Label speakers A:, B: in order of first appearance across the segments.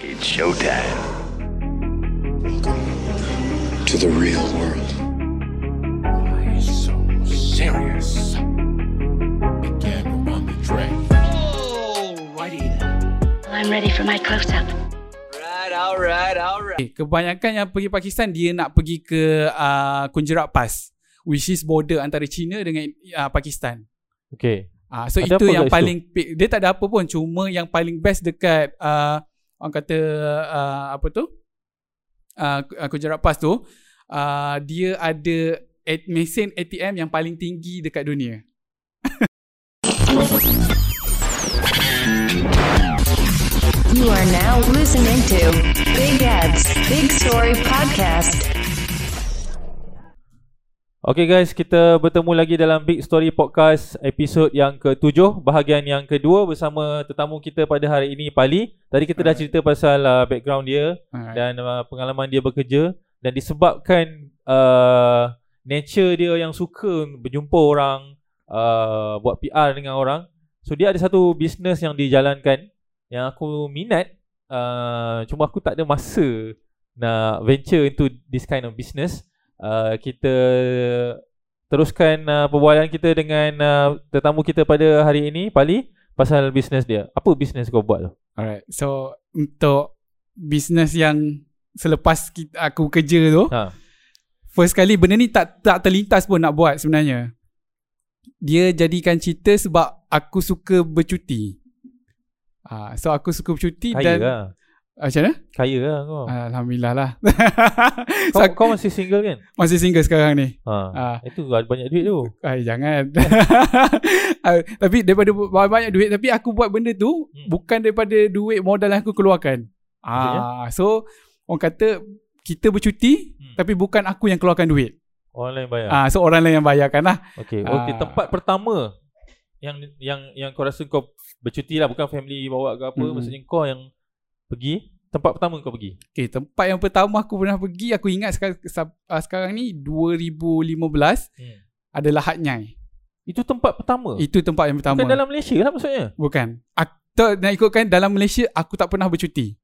A: It's showtime.
B: to the real world.
C: serious. Again, on the track.
D: I'm ready for my close-up.
E: Okay, kebanyakan yang pergi Pakistan dia nak pergi ke uh, Kunjerat Pass which is border antara China dengan uh, Pakistan.
F: Okay.
E: Ah uh, so
F: Ada
E: itu
F: apa
E: yang
F: kat
E: paling pe- dia tak ada apa pun cuma yang paling best dekat uh, orang kata uh, apa tu? Uh, Kunjerat Pass tu uh, dia ada at- mesin ATM yang paling tinggi dekat dunia.
G: You are now listening to Big Ads, Big Story Podcast.
F: Okay guys, kita bertemu lagi dalam Big Story Podcast episod yang ke-7, bahagian yang kedua bersama tetamu kita pada hari ini, Pali. Tadi kita dah cerita pasal uh, background dia
E: Alright.
F: dan uh, pengalaman dia bekerja dan disebabkan uh, nature dia yang suka berjumpa orang, uh, buat PR dengan orang. So dia ada satu bisnes yang dijalankan yang aku minat uh, cuma aku tak ada masa nak venture into this kind of business. Uh, kita teruskan uh, perbualan kita dengan uh, tetamu kita pada hari ini Pali pasal bisnes dia. Apa bisnes kau buat tu?
E: Alright. So untuk bisnes yang selepas kita, aku kerja tu,
F: Ha.
E: first kali benda ni tak tak terlintas pun nak buat sebenarnya. Dia jadikan cerita sebab aku suka bercuti. Ah, so aku suka bercuti
F: Kaya
E: dan
F: lah.
E: Ah, macam mana?
F: Kaya lah kau.
E: Alhamdulillah lah. so,
F: Kau,
E: aku
F: kau masih single kan?
E: masih single sekarang ni.
F: Ha.
E: Ah.
F: Itu ada banyak duit tu.
E: Ay, jangan. Ah, tapi daripada bu- banyak duit tapi aku buat benda tu
F: Hmm.
E: hmm. bukan daripada duit modal yang aku keluarkan. Ah, so orang kata kita bercuti
F: Hmm. Ya.
E: hmm. tapi bukan aku yang keluarkan duit.
F: Orang lain bayar.
E: Ah, so orang lain yang bayarkan lah.
F: Okey. Okey,
E: Ah.
F: tempat pertama yang yang yang kau rasa kau bercuti lah bukan family bawa ke apa,
E: Mm-mm.
F: maksudnya kau yang pergi, tempat pertama kau pergi.
E: Okay, Eh, tempat yang pertama aku pernah pergi aku ingat sekarang, sekarang ni 2015
F: Hmm.
E: adalah Hat Nyai.
F: Itu tempat pertama.
E: Itu tempat yang pertama.
F: Bukan dalam Malaysia lah maksudnya.
E: Bukan. Aku, tak- nak ikutkan dalam Malaysia aku tak pernah bercuti.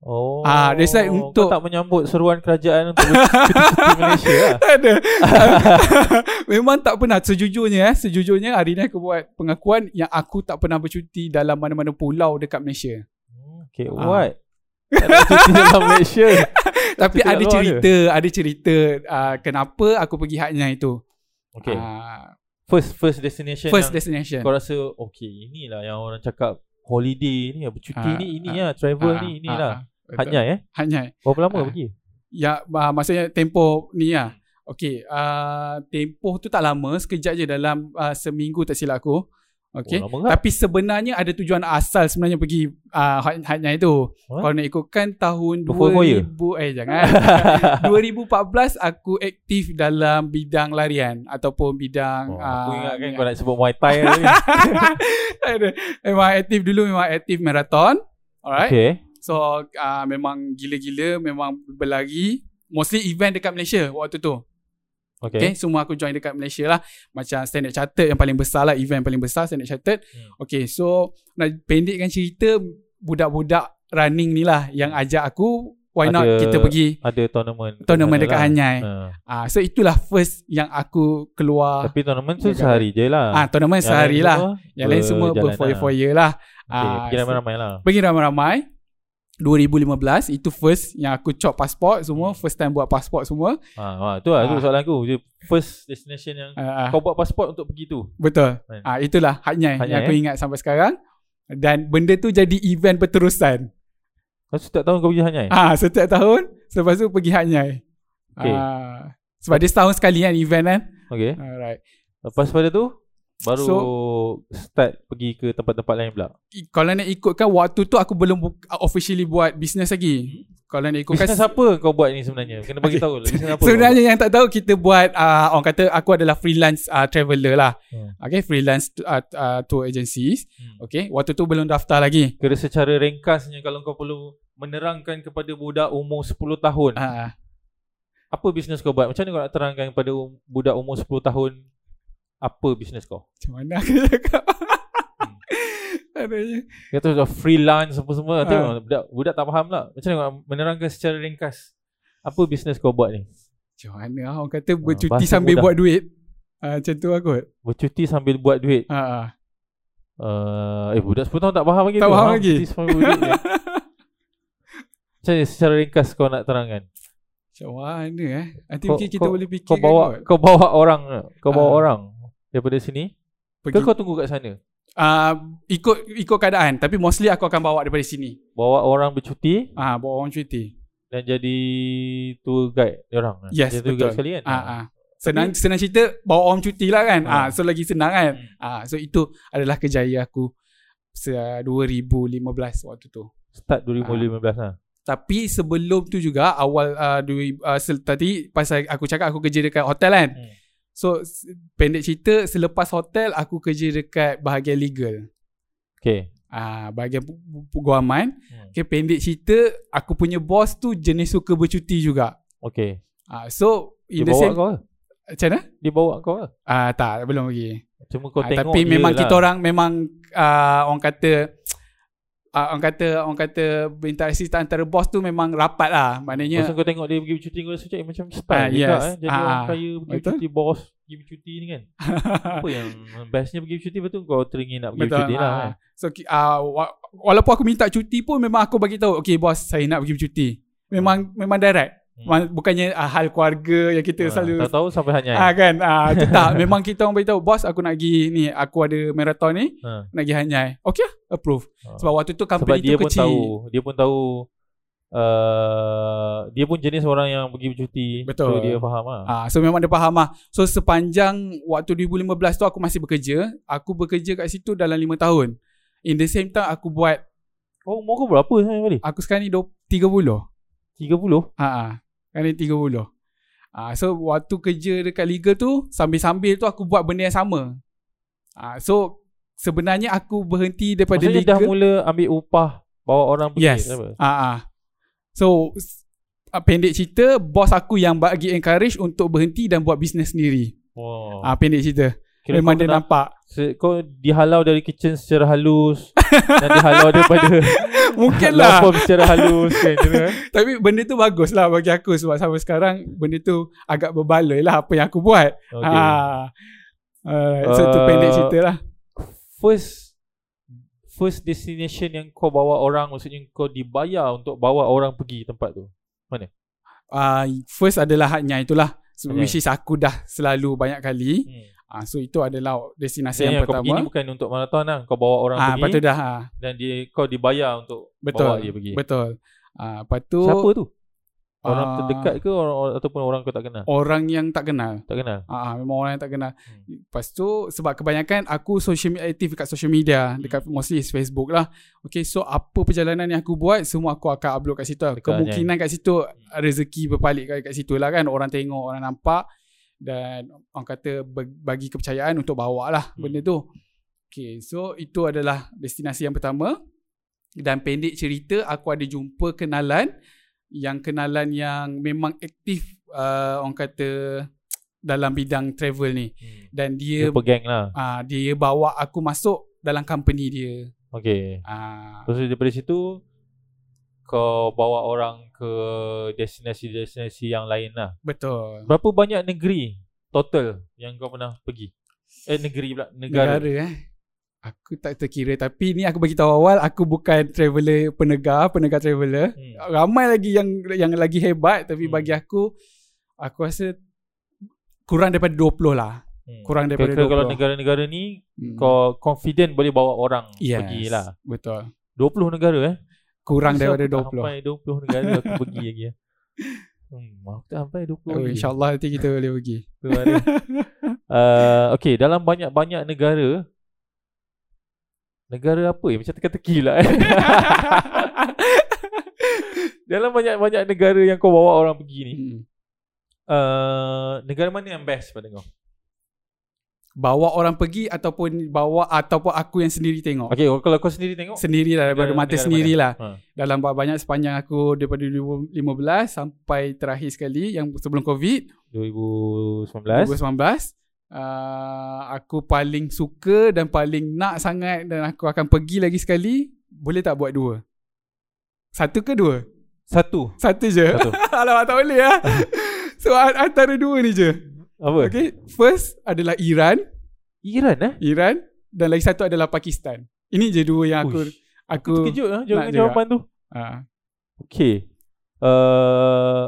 F: Oh.
E: Ah, that's like untuk-
F: kau tak menyambut seruan kerajaan untuk bercuti Malaysia lah.
E: Tak ada. Memang tak pernah sejujurnya eh, sejujurnya hari ni aku buat pengakuan yang aku tak pernah bercuti dalam mana-mana pulau dekat Malaysia.
F: Okay,
E: Ah.
F: Hmm, what? Tak ada cuti dalam Malaysia.
E: Tapi
F: Cuti kat
E: ada
F: luar
E: cerita, ada cerita uh, kenapa aku pergi Hatnya itu.
F: Okay.
E: Uh,
F: First first destination
E: first
F: yang
E: destination.
F: kau rasa okay, inilah yang orang cakap holiday ni, bercuti
E: Ah,
F: ni, ini
E: ah,
F: lah, travel ni, inilah.
E: ah,
F: Hatnya eh.
E: Hatnya.
F: Berapa
E: Ah.
F: lama pergi?
E: Ya, uh, maksudnya tempoh ni lah. Okay, uh, tempoh tu tak lama, sekejap je dalam uh, seminggu tak silap aku. Okay,
F: Oh, lama kan?
E: tapi sebenarnya ada tujuan asal sebenarnya pergi uh, Hat- Hatnya itu.
F: Huh?
E: Kalau nak ikutkan tahun
F: Berfoya-foya?
E: 2000, eh jangan. 2014 aku aktif dalam bidang larian ataupun bidang...
F: Oh, aku
E: ah,
F: ingat kan
E: ni-
F: kau nak sebut Muay Thai tadi.
E: Ada. memang aktif dulu, memang aktif maraton. Alright.
F: Okay.
E: So uh, memang gila-gila memang berlari mostly event dekat Malaysia waktu tu.
F: Okay.
E: Okay. okay, semua aku join dekat Malaysia lah. Macam Standard Chartered yang paling besar lah, event paling besar Standard Chartered.
F: Hmm.
E: Hmm. Okay, so nak pendekkan cerita budak-budak running ni lah yang ajak aku why not
F: Hmm. Ada
E: kita pergi
F: Ada tournament.
E: Tournament dekat
F: lah.
E: Hanyai.
F: Ha.
E: Ah, so itulah first yang aku keluar.
F: Tapi tournament tu
E: Dekat-
F: sehari je lah.
E: ah, tournament
F: Yang
E: sehari
F: lain
E: lah.
F: semua
E: Yang lain semua
F: berjalan
E: berfoya-foya lah.
F: lah. Okay,
E: Ah,
F: pergi ramai-ramai lah.
E: Pergi ramai-ramai 2015 itu first yang aku chop pasport
F: Hmm.
E: semua first time buat pasport semua
F: Ha, ha, tu lah
E: Ah.
F: tu soalan aku. Dia First destination yang
E: uh,
F: kau buat pasport untuk pergi tu.
E: betul
F: Right.
E: ah itulah haknya
F: Haknya,
E: yang aku
F: eh?
E: ingat sampai sekarang dan benda tu jadi event berterusan
F: Kau setiap tahun kau pergi Hanyai.
E: ah setiap tahun selepas tu pergi haknya eh.
F: Okay.
E: ah, sebab dia setahun sekali kan event kan
F: Okay.
E: alright
F: Lepas pada tu baru
E: So-
F: start pergi ke tempat-tempat lain pula.
E: I- kalau nak ikutkan waktu tu aku belum bu- officially buat business lagi kalau nak ikutkan
F: Bisnes apa kau buat ni sebenarnya? Kena bagi
E: Okay.
F: tahu. Bisnes apa? kau
E: Sebenarnya yang tak tahu kita buat uh, orang kata aku adalah freelance uh, traveler lah.
F: Hmm.
E: Hmm. Okay, freelance uh, uh, tour agencies.
F: Hmm.
E: Hmm. Okay, waktu tu belum daftar lagi.
F: Kira secara ringkasnya kalau kau perlu menerangkan kepada budak umur 10 tahun.
E: Uh,
F: Apa bisnes kau buat? Macam mana kau nak terangkan kepada um- budak umur 10 tahun apa bisnes kau?
E: macam mana aku cakap? Adanya.
F: Dia kata macam freelance apa semua
E: Ha.
F: ha. Tengok budak, budak tak faham lah Macam mana nak menerangkan secara ringkas Apa bisnes kau buat ni
E: Macam mana lah orang kata bercuti
F: Ah, bahasa
E: sambil
F: mudah.
E: buat duit. Ah, macam tu lah kot.
F: Bercuti sambil buat duit
E: Ha, ha.
F: uh, Eh budak 10 tahun tak faham lagi
E: Tak
F: tu.
E: faham
F: Ha,
E: lagi.
F: bercuti sambil buat duit ni. Macam mana secara ringkas kau nak terangkan
E: Macam mana eh. Nanti
F: Kau-
E: mungkin kita
F: kau-
E: boleh fikir
F: Kau bawa kau bawa orang Kau bawa
E: Ha.
F: orang Daripada sini Ke
E: Pergi,
F: kau tunggu kat sana
E: ah, ikut ikut keadaan. Tapi mostly aku akan bawa daripada sini.
F: Bawa orang bercuti
E: Ah, bawa orang cuti.
F: Dan jadi tour guide dia orang eh?
E: Yes,
F: Jadi tour
E: betul.
F: guide sekali kan
E: Ah, ah. Senang senang cerita bawa orang cuti lah kan. Ah,
F: Ah.
E: so lagi senang kan.
F: Hmm.
E: Ah, so itu adalah kejayaan aku se- ah, 2015 waktu tu. Ah.
F: Start 2015 lah
E: Tapi sebelum tu juga awal uh, dui, uh, sel- tadi pasal aku cakap aku kerja dekat hotel kan.
F: Hmm.
E: So s- pendek cerita selepas hotel aku kerja dekat bahagian legal.
F: Okay
E: Ah uh, bahagian pu- pu- guaman.
F: Hmm.
E: Okay pendek cerita aku punya bos tu jenis suka bercuti juga.
F: Okay
E: Ah uh, so
F: Dia
E: in the
F: bawa
E: same
F: kau ke?
E: macam mana?
F: Dia bawa kau ke?
E: Ah uh, tak belum lagi.
F: Cuma kau
E: Ah,
F: tengok
E: tapi
F: je
E: memang
F: lah.
E: kita orang memang uh, orang kata uh, orang kata orang kata interaksi antara bos tu memang rapat lah
F: yeah.
E: maknanya
F: Pasal kau tengok dia pergi bercuti Kau rasa cakap macam style
E: Ah,
F: juga
E: yes.
F: eh. Jadi
E: Ah,
F: orang
E: ah.
F: kaya pergi
E: Betul.
F: bercuti Bos pergi bercuti ni kan Apa yang bestnya pergi bercuti Lepas tu kau teringin nak pergi bercuti lah
E: ah.
F: kan
E: so ki- ah, wa- walaupun aku minta cuti pun memang aku bagi tahu okay bos saya nak pergi bercuti memang memang direct
F: Hmm.
E: Ma- bukannya ah, hal keluarga yang kita
F: Ah,
E: selalu
F: Tahu-tahu sampai hanya
E: ah kan ah tu tak memang kita orang beritahu bos aku nak pergi ni aku ada marathon ni nak pergi Hanyai okey lah approve sebab waktu tu
F: Ah. Sebab
E: company tu
F: dia pun
E: kecil
F: tahu Dia pun tahu uh, Dia pun jenis orang yang pergi bercuti
E: Betul.
F: So dia faham lah
E: Ah, so memang dia faham lah. So sepanjang waktu 2015 tu aku masih bekerja, aku bekerja kat situ dalam 5 tahun. In the same time aku buat
F: Kau Oh, umur kau berapa sekarang balik?
E: aku sekarang ni 20, 30.
F: 30?
E: Ha ah. Sekarang ni 30. Ah, so waktu kerja dekat legal tu sambil-sambil tu aku buat benda yang sama. Ah, so sebenarnya aku berhenti daripada
F: Maksudnya dah
E: legal.
F: mula ambil upah Bawa orang pergi
E: Yes.
F: apa?
E: Ah, ah. So s- ah, pendek cerita bos aku yang bagi encourage untuk berhenti dan buat bisnes sendiri.
F: Wow.
E: Ah pendek cerita.
F: Oh. Kira
E: memang
F: kau
E: dia
F: kena-
E: nampak
F: Se- kau dihalau dari kitchen secara halus dan dihalau daripada
E: Mungkin
F: law
E: lah
F: firm secara halus kan macam mana, eh?
E: Tapi benda tu bagus lah bagi aku Sebab sampai sekarang Benda tu agak berbaloi lah Apa yang aku buat okay.
F: okay.
E: ha. Alright, so tu
F: Uh,
E: pendek cerita lah
F: first first destination yang kau bawa orang maksudnya kau dibayar untuk bawa orang pergi tempat tu
E: uh, First adalah haknya itulah So,
F: Okay.
E: Which is aku dah selalu banyak kali
F: hmm.
E: uh, So itu adalah destinasi
F: yang
E: yang,
F: kau pergi ni
E: pertama
F: bukan untuk maraton lah kau bawa orang
E: Ah,
F: pergi
E: Lepas tu dah ah,
F: dan dia kau dibayar untuk
E: Betul
F: bawa dia pergi
E: Betul uh, Lepas tu
F: siapa tu orang
E: ah,
F: terdekat ke orang, orang ataupun orang kau tak kenal
E: Orang yang tak kenal
F: tak kenal
E: Ah, ah, memang orang yang tak kenal. Hmm. Lepas tu sebab kebanyakan aku social media aktif dekat social media, dekat mostly is Facebook lah. Okay, so apa perjalanan yang aku buat semua aku akan upload kat situ. Lah.
F: Dekat
E: Kemungkinan kat situ rezeki berbalik kat, kat situ lah kan. Orang tengok, orang nampak dan orang kata ber- bagi kepercayaan untuk bawa lah hmm.
F: Hmm.
E: benda tu. Okay, so itu adalah destinasi yang pertama. Dan pendek cerita aku ada jumpa kenalan yang kenalan yang memang aktif uh, orang kata dalam bidang travel ni
F: hmm.
E: dan
F: dia
E: dia
F: pegang lah
E: uh, dia bawa aku masuk dalam company dia.
F: okay
E: Ah
F: Lepas tu daripada situ kau bawa orang ke destinasi-destinasi yang lain lah.
E: betul.
F: Berapa banyak negeri total yang kau pernah pergi? Eh negeri pula,
E: Negara.
F: negara. negara.
E: eh. Aku tak terkira tapi ni aku bagi tahu awal aku bukan traveler penegar, penegar traveler.
F: Hmm.
E: Ya. Ramai lagi yang yang lagi hebat tapi
F: Hmm.
E: bagi aku aku rasa kurang daripada 20 lah.
F: Hmm.
E: kurang daripada
F: Kira-kira kalau
E: 20.
F: negara-negara ni
E: Hmm.
F: kau confident boleh bawa orang yes. pergi lah.
E: Betul.
F: 20 negara eh.
E: Kurang
F: Rasa
E: daripada
F: aku tak
E: 20.
F: Sampai 20 negara aku kan, pergi lagi eh. Hmm, aku tak sampai 20
E: Oh,
F: lagi.
E: InsyaAllah nanti kita boleh pergi.
F: Tu ada. uh, okay, dalam banyak-banyak negara Negara apa ya? Macam teka-teki lah eh. dalam banyak-banyak negara yang kau bawa orang pergi ni
E: Hmm.
F: uh, Negara mana yang best pada kau?
E: Bawa orang pergi ataupun bawa ataupun aku yang sendiri tengok.
F: Okay, kalau kau sendiri tengok
E: Sendirilah daripada
F: negara-
E: mata lah.
F: negara
E: sendirilah.
F: mana? Ha,
E: dalam banyak sepanjang aku daripada 2015 sampai terakhir sekali yang sebelum COVID
F: Ha, 2019
E: 2019 uh, aku paling suka dan paling nak sangat dan aku akan pergi lagi sekali, boleh tak buat dua? Satu ke dua?
F: Satu.
E: Satu je.
F: Satu.
E: Alamak tak boleh lah. so an- antara dua ni je.
F: Apa?
E: Okay,
F: Okay.
E: first adalah Iran,
F: Iran eh?
E: Iran dan lagi satu adalah Pakistan. Ini je dua yang aku
F: Uish,
E: aku
F: Aku terkejut lah jawapan,
E: juga.
F: jawapan tu.
E: Ah,
F: Okay. Uh,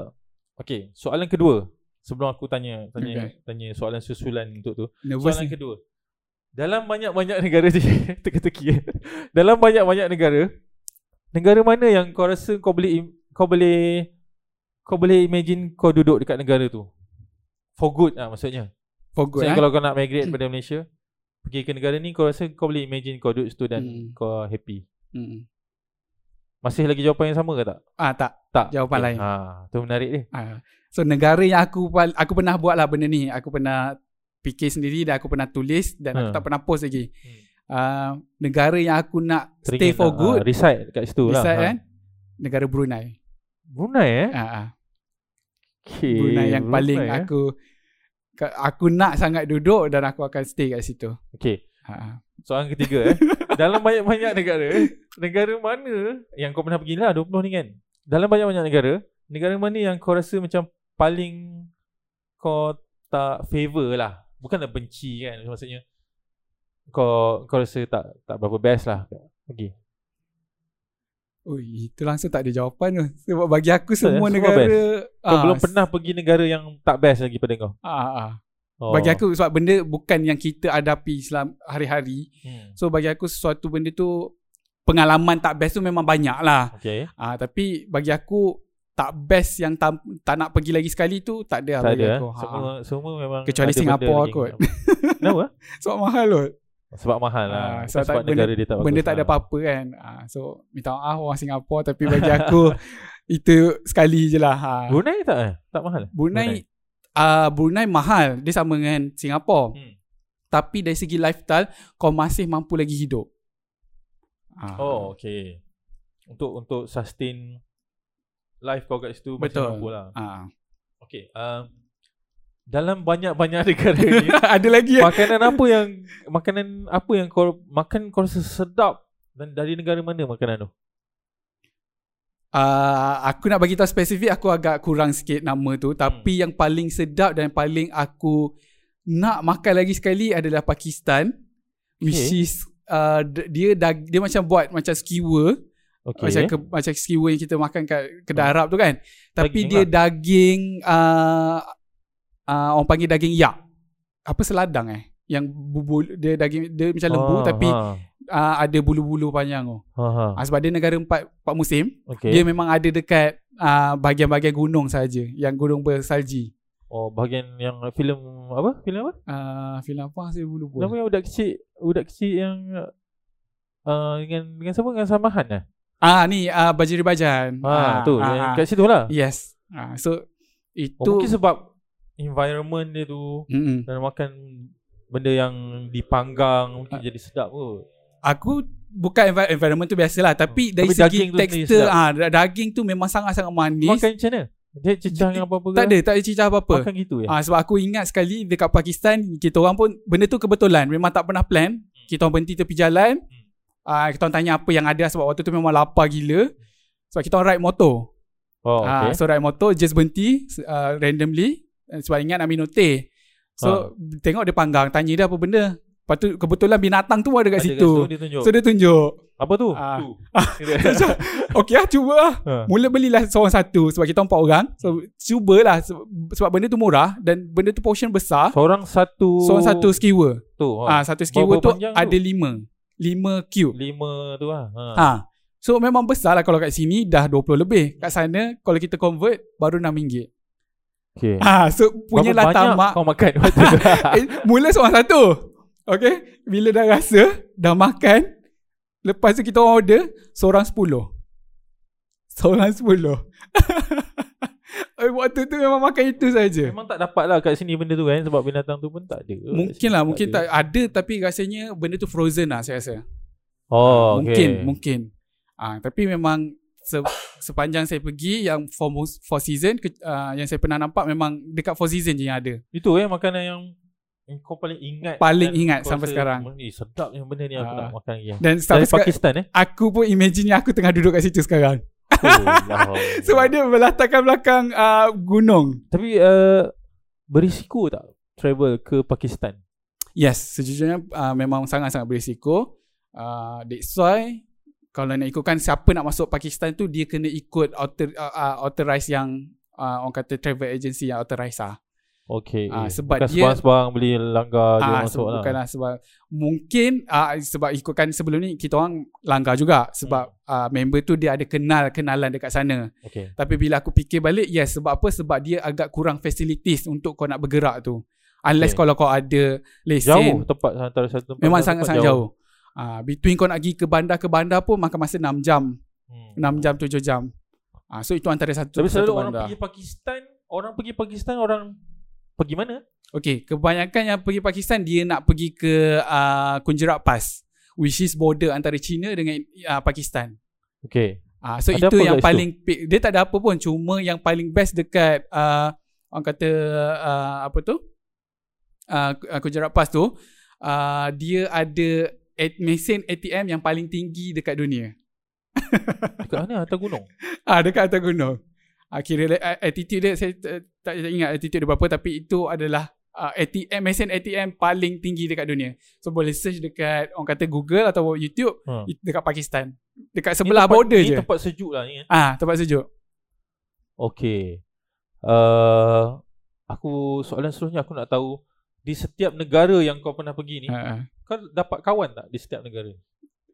F: okay, soalan kedua. Sebelum aku tanya tanya okay. tanya soalan susulan untuk tu.
E: nervous
F: Soalan
E: ni.
F: kedua. Dalam banyak-banyak negara je teka-teki. eh. Dalam banyak-banyak negara, negara mana yang kau rasa kau boleh im- kau boleh kau boleh imagine kau duduk dekat negara tu? For good lah maksudnya.
E: For
F: Good,
E: good.
F: so,
E: eh?
F: kalau kau nak migrate daripada Malaysia, pergi ke negara ni kau rasa kau boleh imagine kau duduk situ dan
E: Hmm.
F: kau happy.
E: Mm.
F: Masih lagi jawapan yang sama ke tak?
E: Ah tak.
F: Tak.
E: Jawapan lain.
F: Ha, tu menarik dia.
E: Ah. So negara yang aku pal- aku pernah buat lah benda ni. Aku pernah fikir sendiri dan aku pernah tulis dan aku
F: Ha.
E: tak pernah post lagi.
F: Hmm.
E: Ah, negara yang aku nak stay for
F: nak,
E: good,
F: ah, Recite dekat situ lah.
E: decide
F: ha.
E: kan? Negara Brunei.
F: Brunei eh?
E: Ah, ah.
F: Okay.
E: Brunei yang paling
F: Brunei, eh?
E: aku ka- aku nak sangat duduk dan aku akan stay kat situ.
F: Okay.
E: Ha. ah.
F: Soalan ketiga eh. Dalam banyak-banyak negara, negara mana yang kau pernah pergi lah 20 ni kan? Dalam banyak-banyak negara, negara mana yang kau rasa macam paling kau tak favor lah. Bukanlah benci kan maksudnya. Kau kau rasa tak tak berapa best lah pergi.
E: Ui, itu langsung tak ada jawapan tu. Sebab bagi aku
F: Betul,
E: semua
F: semua
E: negara
F: Kau belum
E: Ah, s-
F: pernah pergi negara yang tak best lagi pada kau.
E: ah, ah.
F: Oh.
E: Bagi aku sebab benda bukan yang kita hadapi selama hari-hari.
F: Hmm.
E: So bagi aku sesuatu benda tu pengalaman tak best tu memang banyak lah.
F: Okay.
E: Ah, tapi bagi aku tak best yang tak, tak nak pergi lagi sekali tu tak ada lah
F: Tak
E: bagi
F: ada. eh.
E: aku. Ha.
F: Semua semua memang
E: Kecuali
F: ada benda
E: Singapura
F: lagi.
E: kot.
F: Kenapa?
E: Sebab mahal kot.
F: Sebab mahal lah.
E: Ah,
F: Bukan
E: sebab tak-
F: sebab negara dia tak bagus.
E: Benda tak ada
F: lah.
E: apa-apa kan. Ah, so minta maaf orang Singapura tapi bagi aku itu sekali je lah. Ha.
F: Brunei tak eh? Tak mahal.
E: Brunei ah Brunei mahal. Dia sama dengan Singapura.
F: Hmm.
E: Tapi dari segi lifestyle kau masih mampu lagi hidup. Ah.
F: Oh, okay. Untuk untuk sustain life kau kat situ
E: Betul.
F: macam mampu lah.
E: Ah.
F: Okay. Um, dalam banyak-banyak negara ni,
E: ada lagi kan?
F: makanan apa yang makanan apa yang kau makan kau rasa sedap dan dari negara mana makanan tu?
E: Uh, aku nak bagi tahu spesifik aku agak kurang sikit nama tu tapi
F: Hmm.
E: yang paling sedap dan paling aku nak makan lagi sekali adalah Pakistan which
F: Okay.
E: is uh, d- dia dag- dia macam buat macam skewer okay.
F: Okay. eh.
E: macam ke, macam skewer yang kita makan kat kedai Arab tu kan tapi
F: Daging lah.
E: dia daging uh, uh, orang panggil daging yak apa seladang eh yang bubul dia daging dia macam lembu
F: Ah,
E: tapi
F: ha.
E: uh, ada bulu-bulu panjang tu.
F: Ha, ha.
E: Ah, sebab dia negara empat empat musim
F: Okay.
E: dia memang ada dekat uh, bahagian-bahagian gunung saja, yang gunung bersalji.
F: oh, bahagian yang filem apa? Filem apa?
E: Uh, filem apa saya dulu pun.
F: Nama yang budak kecil, budak kecil yang uh, dengan dengan siapa? Dengan Samahan eh?
E: Ah ni uh, Bajiri Bajan.
F: Ha, tu.
E: Ah,
F: yang kat situ lah.
E: yes. Ah so
F: Oh,
E: itu
F: Mungkin sebab environment dia tu
E: Mm-mm.
F: dan makan benda yang
E: Ah.
F: dipanggang mungkin jadi sedap kot.
E: aku bukan envi- environment tu biasalah tapi dari
F: Oh.
E: segi
F: Tapi daging tu sendiri
E: tekstur ah da- daging tu memang sangat-sangat manis.
F: Makan macam mana? Dia cecah dengan apa-apa ke?
E: tak ada tak ada cicah apa-apa.
F: Makan gitu ya?
E: Ah sebab aku ingat sekali dekat Pakistan kita orang pun benda tu kebetulan memang tak pernah plan.
F: Hmm.
E: Kita orang berhenti tepi jalan. Ah kita orang tanya apa yang ada sebab waktu tu memang lapar gila. Sebab kita orang ride motor.
F: Oh,
E: Ah
F: okay.
E: so ride motor just berhenti ah, randomly Eh, sebab ingat nak minum teh. So
F: Ah.
E: tengok dia panggang tanya dia apa benda. Lepas tu kebetulan binatang tu pun ada
F: Ada Oh,
E: kat situ.
F: dia tunjuk.
E: So dia tunjuk.
F: apa tu?
E: Ah.
F: Tu.
E: Okey lah cuba lah.
F: Ha.
E: Mula belilah seorang satu sebab kita orang empat orang. So cubalah sebab, sebab benda tu murah dan benda tu portion besar.
F: Seorang satu
E: Seorang satu skewer.
F: tu. Oh.
E: Ah satu skewer tu
F: Berapa panjang tu?
E: ada lima. Lima cube.
F: Lima tu lah. Ha.
E: Ha. So memang besar lah kalau kat sini dah 20 lebih. Kat sana kalau kita convert baru RM6.
F: Okay.
E: Ah so punya lah
F: Eh. Berapa banyak
E: tamak.
F: kau makan waktu tu?
E: Eh, mula seorang satu. Okay. Bila dah rasa, dah makan. Lepas tu kita orang order, seorang sepuluh. Seorang sepuluh. Eh, Waktu tu memang makan itu saja.
F: Memang tak dapat lah kat sini benda tu kan sebab binatang tu pun tak ada. kat
E: Mungkin
F: sini,
E: lah, mungkin
F: ada.
E: tak ada tapi rasanya benda tu frozen lah saya rasa.
F: Oh, okay.
E: Mungkin, mungkin. Ah, tapi memang se- sepanjang saya pergi yang for most, for season ke, ah, yang saya pernah nampak memang dekat for season je yang ada.
F: Itu eh makanan yang yang kau paling ingat
E: Paling
F: dan
E: ingat
F: kau
E: sampai
F: rasa,
E: sekarang.
F: "Mmm, Eh sedap yang benda ni aku
E: Ah.
F: nak makan lagi
E: Dan
F: Dari
E: sampai sekarang
F: Pakistan eh
E: Aku pun imagine aku tengah duduk kat situ sekarang
F: Oh, Allah.
E: Sebab dia berlatarkan belakang uh, gunung
F: Tapi uh, Berisiko tak Travel ke Pakistan
E: Yes Sejujurnya uh, memang sangat-sangat berisiko uh, That's why Kalau nak ikutkan siapa nak masuk Pakistan tu Dia kena ikut author, uh, uh, authorized yang uh, Orang kata travel agency yang authorized lah
F: Okay
E: Ah,
F: eh.
E: sebab
F: Bukan
E: dia-
F: sebarang-sebarang Beli langgar Dia
E: Ah,
F: masuk
E: sebab,
F: lah
E: bukanlah sebab mungkin ah, sebab ikutkan sebelum ni kita orang langgar juga sebab
F: Hmm.
E: ah, member tu dia ada kenal kenalan dekat sana.
F: Okay
E: Tapi bila aku fikir balik, yes sebab apa? Sebab dia agak kurang facilities untuk kau nak bergerak tu. Unless
F: Okay.
E: kalau kau ada
F: Jauh
E: lesen.
F: tempat Antara satu tempat
E: Memang
F: satu tempat
E: sangat-sangat jauh. Ah, between kau nak pergi ke bandar ke bandar pun makan masa 6 jam,
F: Hmm.
E: 6 jam 7 jam. Ah, so itu antara satu
F: Tapi selalu
E: satu
F: orang
E: bandar.
F: pergi Pakistan Orang pergi Pakistan Orang Pergi mana
E: Okey, kebanyakan yang pergi Pakistan dia nak pergi ke uh, Kunjarat Pass which is border antara China dengan uh, Pakistan.
F: Okay
E: Ah uh, so
F: Ada
E: itu
F: apa
E: yang
F: kat
E: paling pe- dia tak ada apa pun cuma yang paling best dekat uh, orang kata uh, apa tu? Uh, Ku- uh, Kunjarat Pass tu uh, dia ada at- mesin ATM yang paling tinggi dekat dunia.
F: Dekat mana atas gunung
E: Ah dekat atas gunung. Ah kira ah, attitude dia saya tak, tak ingat attitude dia berapa tapi itu adalah ah, ATM mesin ATM paling tinggi dekat dunia. So boleh search dekat orang kata Google atau YouTube
F: Ha.
E: it- dekat Pakistan. Dekat
F: Ni
E: sebelah
F: tempat-
E: border
F: ni
E: je.
F: tempat sejuk lah ni eh.
E: Ah tempat sejuk.
F: Okay. Uh, aku soalan seterusnya aku nak tahu di setiap negara yang kau pernah pergi ni,
E: Ah, ah.
F: kau dapat kawan tak di setiap negara?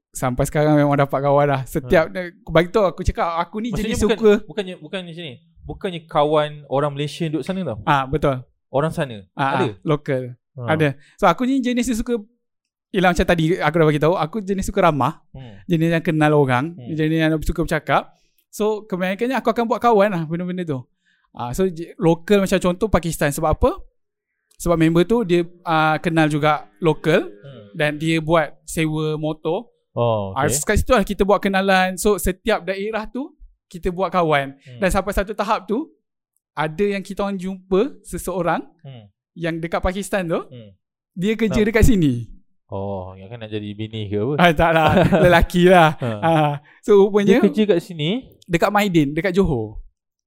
E: sampai sekarang memang dapat kawan lah.
F: Hmm.
E: Setiap bagi tu aku cakap aku ni jenis
F: bukan,
E: suka.
F: bukannya bukan macam ni. Bukannya kawan orang Malaysia duduk sana tau.
E: Ah betul.
F: Orang sana.
E: Ah,
F: Ada.
E: ada. Lokal.
F: Ha.
E: Ada. So aku ni jenis yang suka Yelah macam tadi aku dah bagi tahu aku jenis suka ramah.
F: Hmm.
E: jenis yang kenal orang,
F: Hmm.
E: hmm. jenis yang suka bercakap. So kebanyakannya aku akan buat kawan lah benda-benda tu. Ah, so j- lokal macam contoh Pakistan sebab apa? Sebab member tu dia ah, kenal juga lokal
F: Hmm.
E: dan dia buat sewa motor.
F: Oh,
E: Okay. Ah,
F: okay.
E: so kat situ lah kita buat kenalan. So setiap daerah tu kita buat kawan
F: Hmm.
E: dan sampai satu tahap tu ada yang kita orang jumpa seseorang
F: Hmm.
E: yang dekat Pakistan tu
F: Hmm.
E: dia kerja
F: Nah.
E: dekat sini.
F: Oh, yang kan nak jadi bini ke apa?
E: Ah, tak lah, lelaki lah.
F: Ha.
E: Ah, so
F: Dia
E: rupanya
F: kerja kat sini,
E: dekat Maidin, dekat Johor.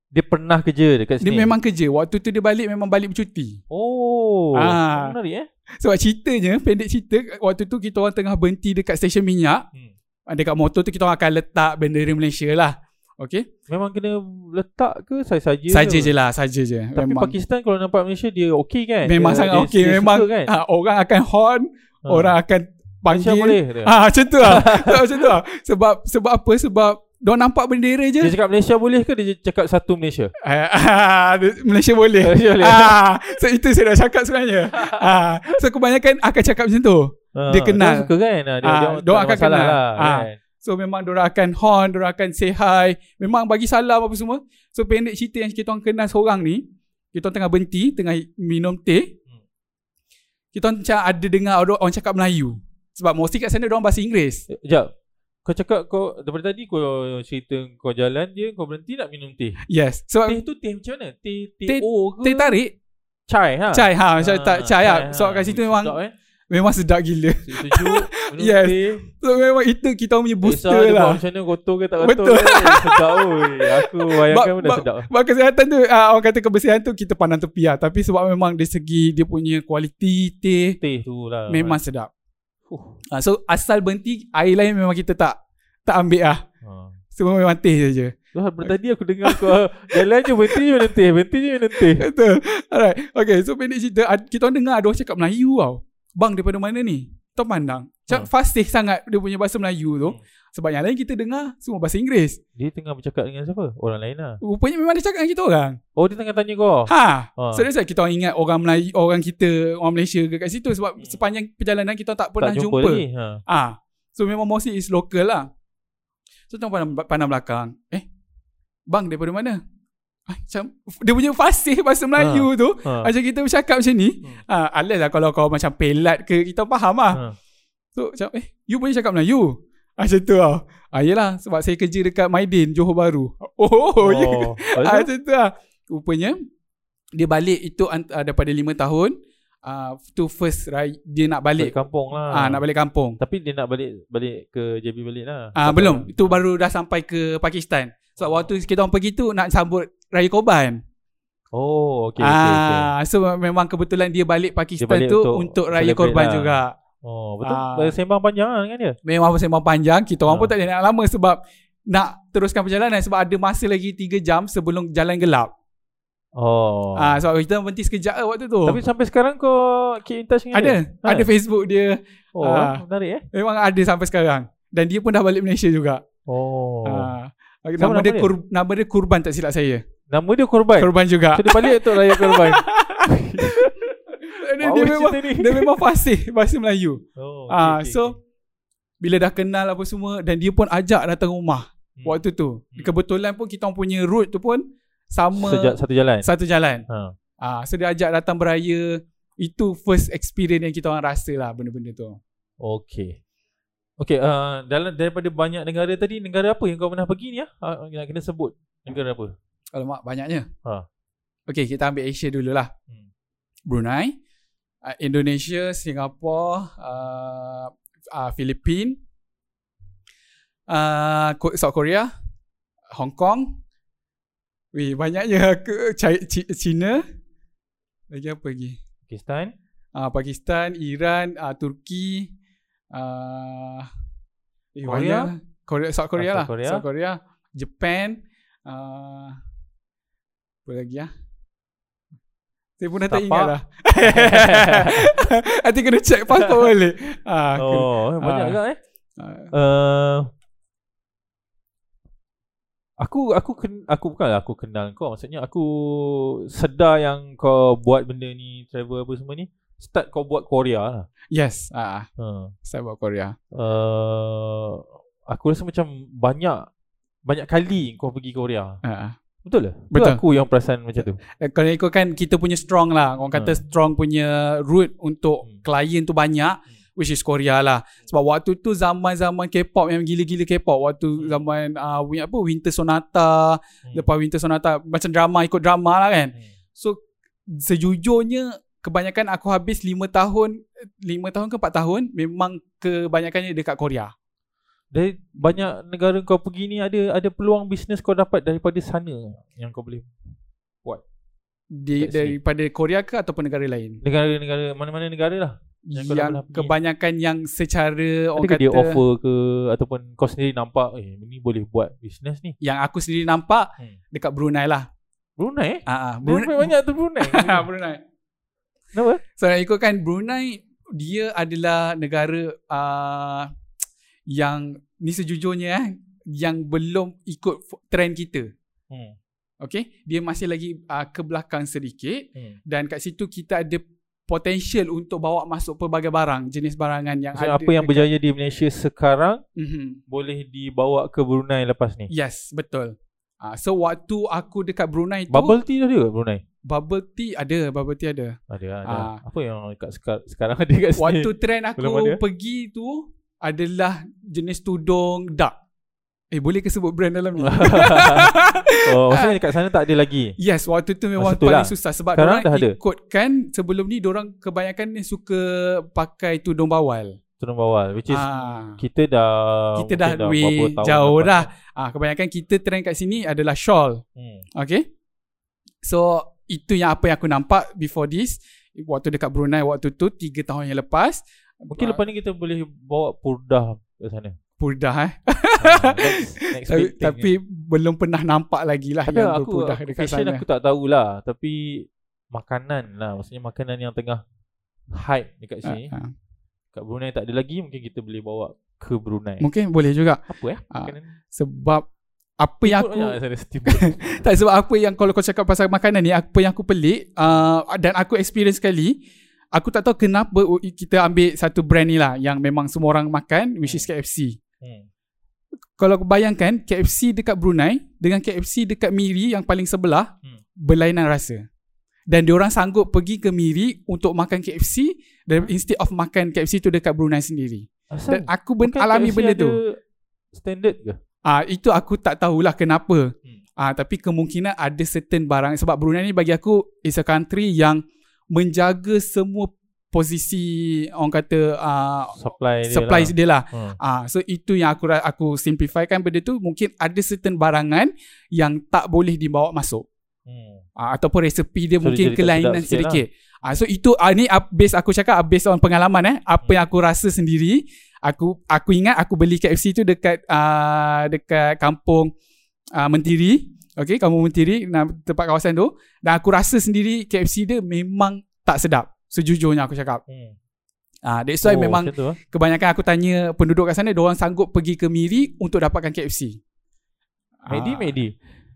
F: dia pernah kerja dekat
E: Dia
F: sini.
E: memang kerja. Waktu tu dia balik memang balik bercuti.
F: Oh,
E: Ah.
F: menarik eh.
E: Sebab ceritanya, pendek cerita, waktu tu kita orang tengah berhenti dekat stesen minyak.
F: Hmm.
E: Ah, Dekat motor tu kita orang akan letak bendera Malaysia lah. Okay?
F: Memang kena letak Ya ke saya saja?
E: saja je lah, saja je.
F: Tapi
E: memang
F: Pakistan kalau nampak Malaysia dia okey kan?
E: memang
F: dia,
E: sangat
F: dia,
E: okey.
F: Dia
E: Memang
F: suka kan?
E: ah, orang akan horn,
F: Ha.
E: orang akan
F: Malaysia
E: panggil.
F: boleh. Dia.
E: Ah, macam tu lah. Sebab macam tu lah. Sebab, sebab apa? Sebab Diorang nampak bendera
F: dia
E: je
F: cakap Malaysia boleh ke dia cakap satu Malaysia?
E: Ah, Malaysia boleh
F: Malaysia boleh.
E: ah, So itu saya dah cakap sebenarnya ah, So kebanyakan akan cakap macam tu
F: Ah,
E: dia kenal.
F: Dia suka kan? Ah, Dia,
E: Ah,
F: dia,
E: dia
F: tak ada
E: akan
F: masalah
E: kenal.
F: Lah,
E: Ah.
F: kan?
E: So memang diorang akan horn, diorang akan say hi, memang bagi salam apa semua. So pendek cerita yang kita orang kenal seorang ni, kita orang tengah berhenti, tengah minum teh.
F: Hmm.
E: Kita orang macam ada dengar orang, orang cakap Melayu. Sebab mostly kat sana diorang bahasa Inggeris.
F: Eh, Sekejap. Kau cakap kau daripada tadi kau cerita kau jalan je kau berhenti nak minum teh.
E: Yes. Sebab
F: Teh tu teh macam mana? Teh teh,
E: Ah. Teh-
F: O ke?
E: teh tarik,
F: chai ha.
E: chai ha, macam
F: Ah,
E: tak chai ha.
F: ha.
E: Sebab kat situ memang
F: Sedap, eh?
E: memang sedap gila.
F: Sejuk. minum
E: Yes.
F: teh.
E: So memang itu kita orang punya
F: Besar
E: booster
F: Eh, dia buat
E: lah.
F: Macam mana kotor ke tak kotor.
E: Betul.
F: eh. Sedap oi. Aku bayangkan benda
E: bab-
F: sedap.
E: Sebab kesihatan tu ah, Orang kata kebersihan tu Kita pandang tepi lah Tapi sebab memang Dari segi dia punya Kualiti teh
F: Teh tu lah.
E: Memang sedap.
F: Huh.
E: Uh, so asal berhenti air lain memang kita tak tak ambil ah.
F: Ah.
E: Semua memang teh saja.
F: Wah, daripada tadi aku dengar kau jalan je berhenti je minum teh, berhenti je minum teh.
E: Betul. Alright. Okay, so pendek cerita ad- kita orang dengar ada orang cakap Melayu tau. Bang daripada mana ni? Tak pandang. Cak
F: Hmm.
E: fasih sangat dia punya bahasa Melayu tu.
F: Hmm.
E: Sebab yang lain kita dengar semua bahasa Inggeris.
F: Dia tengah bercakap dengan siapa? Orang lain lah.
E: Rupanya memang dia cakap dengan kita orang.
F: Oh, dia tengah tanya kau.
E: Ha.
F: Ah.
E: So that's why kita orang ingat orang Melayu, orang kita, orang Malaysia ke kat situ sebab
F: Hmm.
E: sepanjang perjalanan kita tak
F: tak
E: pernah
F: jumpa,
E: jumpa.
F: lagi. Ha.
E: Ah, so memang mostly is local lah. So tengok pandang, pandang belakang. Eh, bang daripada mana? Ah, macam dia punya fasih bahasa Melayu tu.
F: Ha.
E: Macam kita bercakap macam ni.
F: Hmm.
E: Ah, alas lah kalau kau macam pelat ke kita faham lah.
F: Ha.
E: So macam eh, you boleh cakap Melayu. Ah, macam tu lah. Ah, yelah sebab saya kerja dekat Maidin, Johor Bahru. Oh, oh. ya ke?
F: lepas
E: Ah,
F: tu?
E: macam tu lah. Rupanya, dia balik itu ant- ah, daripada 5 tahun. uh, tu first raya, dia nak balik
F: Balik kampung
E: ah
F: lah.
E: uh, nak balik kampung.
F: Tapi dia nak balik balik ke JB balik lah.
E: Ah uh, belum, itu baru dah sampai ke Pakistan. Sebab waktu kita orang pergi tu nak sambut Raya Korban.
F: Oh, okey
E: Okay,
F: okey okey.
E: ah, okay, so memang kebetulan dia balik Pakistan
F: Dia balik
E: tu
F: untuk
E: untuk, Raya
F: celebrate
E: Korban
F: lah.
E: juga.
F: Oh, betul.
E: Ah.
F: Uh, sembang panjang lah dengan dia.
E: Memang sembang panjang, kita orang
F: Ah.
E: pun tak boleh nak lama sebab nak teruskan perjalanan sebab ada masa lagi 3 jam sebelum jalan gelap.
F: Oh.
E: Ah sebab kita orang berhenti sekejap lah waktu tu.
F: Tapi sampai sekarang kau keep in touch
E: ada,
F: dengan dia? Ah.
E: ha. ada Facebook dia.
F: Oh,
E: Ah.
F: menarik eh.
E: Memang ada sampai sekarang. Dan dia pun dah balik Malaysia juga. Oh.
F: Oh.
E: Ha.
F: Siapa
E: Nama,
F: nama
E: dia,
F: dia?
E: Kur, nama dia Kurban tak silap saya.
F: Nama dia korban.
E: Kurban juga.
F: So dia balik untuk raya korban.
E: dia, dia
F: Wow,
E: memang
F: cerita ni.
E: dia memang fasih bahasa Melayu.
F: Oh, okey,
E: Ah
F: okey,
E: so bila dah kenal apa semua dan dia pun ajak datang rumah
F: okey.
E: waktu tu.
F: Hmm.
E: Kebetulan pun kita orang punya route tu pun sama
F: Sejak satu jalan.
E: satu jalan.
F: Ha.
E: Ah so dia ajak datang beraya itu first experience yang kita orang rasa lah benda-benda tu.
F: Okey. Okey, uh, dalam daripada banyak negara tadi, negara apa yang kau pernah pergi ni ah? Uh, nak kena sebut. Negara apa?
E: Alamak banyaknya.
F: Ha.
E: Okay kita ambil Asia dululah.
F: Hmm.
E: Brunei, uh, Indonesia, Singapura, uh, uh, Filipina, uh, Ko- South Korea, Hong Kong. Weh banyaknya ke Chi- Chi- China. Lagi apa lagi?
F: Pakistan.
E: Uh, Pakistan, Iran, uh, Turki, uh, eh,
F: Korea?
E: banyak. Korea, South Korea
F: Ah,
E: lah,
F: South Korea.
E: South Korea, Japan, uh, apa lagi ah? Saya pun dah tak
F: Tapak.
E: ingat lah. Nanti kena check pasport balik. Ah, oh.
F: Oh, banyak
E: Ah.
F: juga eh.
E: ah,
F: Uh, aku aku ken, aku bukanlah aku kenal kau maksudnya aku sedar yang kau buat benda ni travel apa semua ni start kau buat Korea lah.
E: yes, ah,
F: Ha.
E: saya buat Korea.
F: Uh, aku rasa macam banyak banyak kali kau pergi Korea.
E: Ah.
F: Betul lah?
E: Betul.
F: Aku yang perasan macam tu.
E: Eh, Kalau ikutkan kita punya strong lah. Orang kata
F: Ah.
E: strong punya route untuk
F: Hmm.
E: klien tu banyak. Which is Korea lah. Sebab waktu tu zaman-zaman K-pop yang gila-gila K-pop.
F: Hmm.
E: Waktu zaman uh, win- apa Winter Sonata. Lepas Winter Sonata. Macam drama, ikut drama lah kan.
F: Hmm.
E: So sejujurnya kebanyakan aku habis 5 tahun 5 tahun ke 4 tahun memang kebanyakannya dekat Korea.
F: Dari banyak negara kau pergi ni ada ada peluang bisnes kau dapat daripada sana yang kau boleh
E: Di,
F: Kat sini.
E: daripada Korea ke ataupun negara lain.
F: negara-negara mana-mana negara lah. Yang
E: Yang,
F: kau dah pernah pergi.
E: kebanyakan yang secara orang
F: Adakah
E: kata
F: dia offer ke ataupun kau sendiri nampak eh ini boleh buat bisnes ni.
E: yang aku sendiri nampak
F: Hmm.
E: dekat Brunei lah.
F: Brunei eh?
E: Ah ah
F: Brunei
E: Brunei. Ah, Hmm.
F: banyak tu Brunei.
E: Brunei.
F: Kenapa?
E: So nak ikutkan Brunei dia adalah negara uh, yang ni sejujurnya eh yang belum ikut f- trend kita.
F: Hmm.
E: Okay, dia masih lagi uh, ke belakang sedikit
F: Hmm.
E: dan kat situ kita ada potensial untuk bawa masuk pelbagai barang, jenis barangan yang
F: Maksudnya
E: ada.
F: apa yang berjaya di Malaysia sekarang
E: Mm-hmm.
F: boleh dibawa ke Brunei lepas ni.
E: Yes, betul. Uh, so waktu aku dekat Brunei tu
F: Bubble tea ada ke Brunei?
E: bubble tea ada, bubble tea ada.
F: Ada ada.
E: Ah.
F: Apa yang kat seka- sekarang ada kat sini?
E: Waktu trend
F: Belum ada.
E: aku pergi tu adalah jenis tudung dark. Eh boleh ke sebut brand dalam ni?
F: oh, maksudnya kat sana tak ada lagi.
E: Yes, waktu tu memang
F: Masa tu
E: paling
F: lah.
E: susah sebab
F: Sekarang
E: orang
F: dah ada.
E: ikutkan sebelum ni orang kebanyakan ni suka pakai tudung bawal.
F: Turun bawah which is
E: Ah.
F: kita dah
E: Kita
F: mungkin
E: dah way
F: berapa tahun
E: jauh
F: lepas.
E: dah. Ah kebanyakan kita trend kat sini adalah shawl.
F: Hmm.
E: Okay. So itu yang apa yang aku nampak before this waktu dekat Brunei waktu tu 3 tahun yang lepas.
F: Mungkin
E: Ah.
F: lepas ni kita boleh bawa Purdah ke sana.
E: Purdah eh.
F: Ah, next, next
E: Tapi,
F: big thing
E: tapi belum pernah nampak lagi lah yang
F: Ada aku,
E: berpudah
F: aku
E: dekat
F: fashion
E: sana.
F: aku tak tahulah Tapi makanan lah Maksudnya makanan yang tengah hype dekat
E: Ah,
F: sini
E: ah.
F: Kat Brunei tak ada lagi Mungkin kita boleh bawa ke Brunei
E: Mungkin boleh juga
F: Apa eh?
E: Ah,
F: Makanan lah,
E: sebab apa yang
F: Seafood
E: aku
F: banyak kat sana, seafood.
E: tak sebab apa yang kalau kau cakap pasal makanan ni apa yang aku pelik uh, dan aku experience sekali aku tak tahu kenapa kita ambil satu brand ni lah yang memang semua orang makan which is KFC.
F: hmm.
E: kalau kau bayangkan KFC dekat Brunei dengan KFC dekat Miri yang paling sebelah
F: Hmm.
E: berlainan rasa. Dan diorang sanggup pergi ke Miri untuk makan KFC dan
F: Hmm.
E: instead of makan KFC tu dekat Brunei sendiri.
F: Asal?
E: Dan aku ben-
F: Bukan
E: alami
F: KFC
E: benda
F: ada
E: tu.
F: Standard ke?
E: Ah itu aku tak tahulah kenapa.
F: Hmm.
E: Ah tapi kemungkinan ada certain barang sebab Brunei ni bagi aku is a country yang menjaga semua posisi orang kata uh,
F: Supply dia
E: supply
F: lah.
E: dia lah.
F: Hmm.
E: Ah, so itu yang aku ra- aku simplifikan benda tu mungkin ada certain barangan yang tak boleh dibawa masuk.
F: Hmm.
E: Ah, ataupun resepi dia so,
F: So,
E: mungkin
F: dia jadi
E: kelainan
F: tersedak sikit lah.
E: sedikit. Ah, so itu ah, ni ah, base aku cakap ah, based on pengalaman eh apa yang aku rasa sendiri. Aku aku ingat aku beli KFC tu dekat ah, dekat kampung ah, Mentiri. Okay, kampung Mentiri nah, tempat kawasan tu dan aku rasa sendiri KFC dia memang tak sedap. Sejujurnya aku cakap.
F: Hmm.
E: Ah, that's why
F: Oh,
E: memang
F: macam tu, eh?
E: Kebanyakan aku tanya penduduk kat sana, diorang sanggup pergi ke Miri untuk dapatkan KFC.
F: Medi
E: Ah.
F: Medi.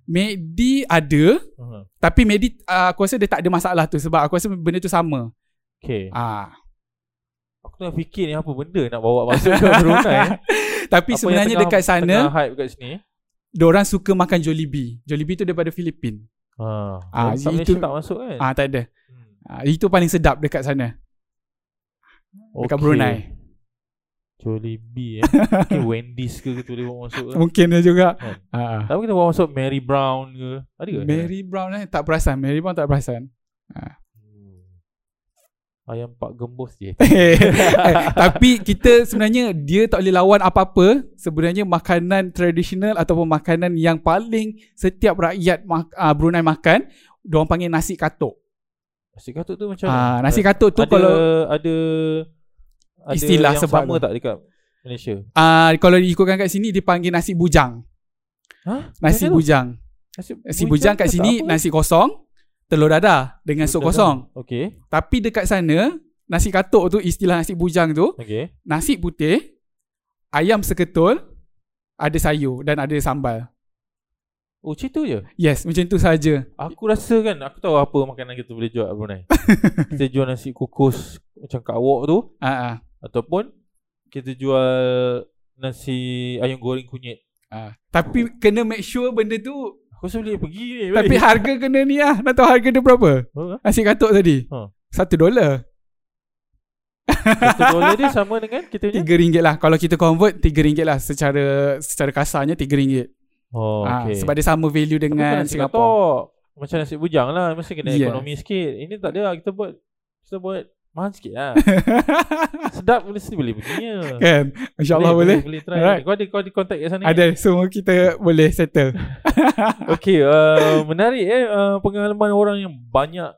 E: Medi ada,
F: Hmm.
E: tapi Medi uh, aku rasa dia tak ada masalah tu sebab aku rasa benda tu sama.
F: Okay.
E: Ah.
F: Aku tengah fikir ni apa benda nak bawa masuk ke Brunei.
E: tapi
F: Apa yang
E: sebenarnya
F: tengah-
E: dekat
F: Tengah
E: sana,
F: hype kat sini.
E: diorang suka makan Jollibee. Jollibee tu daripada Filipin.
F: Ha.
E: Ah,
F: Malaysia
E: itu-
F: tak masuk kan?
E: Ah, tak ada.
F: Hmm.
E: Ah, itu paling sedap dekat sana, dekat
F: Okey.
E: Brunei.
F: Jollibee eh. Mungkin Wendy's ke kita boleh bawa masuk ke.
E: Mungkin dia juga.
F: Hmm.
E: Ah.
F: Tapi kita bawa masuk Mary Brown ke. Ada ke?
E: Mary Brown eh tak perasan, Mary Brown tak perasan.
F: Hmm. Ayam Pak Gembos je.
E: Eh, Tapi kita sebenarnya dia tak boleh lawan apa-apa sebenarnya makanan tradisional ataupun makanan yang paling setiap rakyat mak, uh, Brunei makan diorang panggil nasi katuk.
F: Nasi katuk tu macam
E: Ah
F: mana?
E: nasi katuk tu
F: ada,
E: kalau
F: ada ada
E: Istilah
F: yang
E: sebab
F: sama
E: tu.
F: tak dekat Malaysia?
E: uh, kalau diikutkan kat sini dia panggil nasi bujang.
F: Ha?
E: Nasi
F: Macam mana tu?
E: bujang.
F: Nasi,
E: Nasi bujang kat
F: ke tak
E: sini
F: apa?
E: nasi kosong, telur dadah dengan sup
F: Telur
E: kosong.
F: dadah. Okey.
E: Tapi dekat sana nasi katuk tu istilah nasi bujang tu
F: Okey.
E: nasi putih, ayam seketul, ada sayur dan ada sambal.
F: Oh, macam tu je.
E: Yes, macam tu saja.
F: Aku rasa kan aku tahu apa makanan kita boleh jual kat Brunei. kita jual nasi kukus macam kat wok tu
E: Ah,
F: ataupun kita jual nasi ayam goreng kunyit.
E: ah, ah. Tapi kena make sure benda tu
F: Aku rasa boleh pergi ni.
E: Tapi
F: balik.
E: harga kena ni lah Nak tahu harga dia berapa?
F: Ha?
E: Nasi katuk tadi
F: Ha.
E: Satu dolar
F: Satu dolar dia sama dengan kita punya.
E: Tiga ringgit lah Kalau kita convert Tiga ringgit lah Secara secara kasarnya Tiga ringgit
F: Oh,
E: Ah,
F: okey.
E: Sebab dia sama value
F: Tapi bukan
E: dengan
F: nasi
E: Singapura
F: katok. Macam nasi bujang lah. Mesti kena
E: Yeah.
F: ekonomi sikit. Ini tak ada lah. Kita buat, kita buat mahal sikit lah. Sedap boleh mesti boleh punya.
E: Kan InsyaAllah boleh,
F: Boleh, boleh try.
E: Alright.
F: Kau ada, kau ada contact kat sana.
E: Ada semua kita boleh settle
F: Okay, uh, menarik eh uh, pengalaman orang yang banyak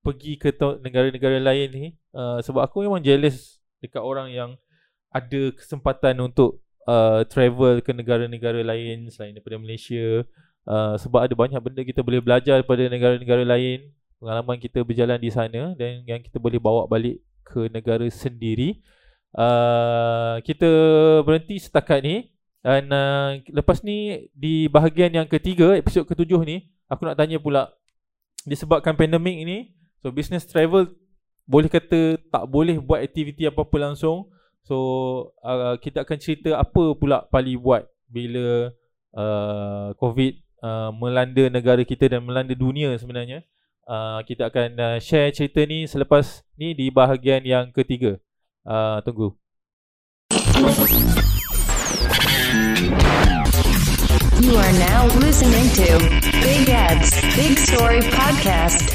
F: pergi ke to- negara-negara lain ni. Uh, sebab aku memang jealous dekat orang yang ada kesempatan untuk uh, travel ke negara-negara lain selain daripada Malaysia. Uh, sebab ada banyak benda kita boleh belajar daripada negara-negara lain. Pengalaman kita berjalan di sana dan yang kita boleh bawa balik ke negara sendiri. Uh, kita berhenti setakat ni. Dan uh, lepas ni di bahagian yang ketiga, episod ketujuh ni, aku nak tanya pula disebabkan pandemik ni, so business travel boleh kata tak boleh buat aktiviti apa-apa langsung. So uh, kita akan cerita apa pula Pali buat bila uh, COVID uh, melanda negara kita dan melanda dunia sebenarnya. Uh, kita akan uh, share cerita ni selepas ni di bahagian yang ketiga. Uh, tunggu.
G: You are now listening to Big Ads, Big Story Podcast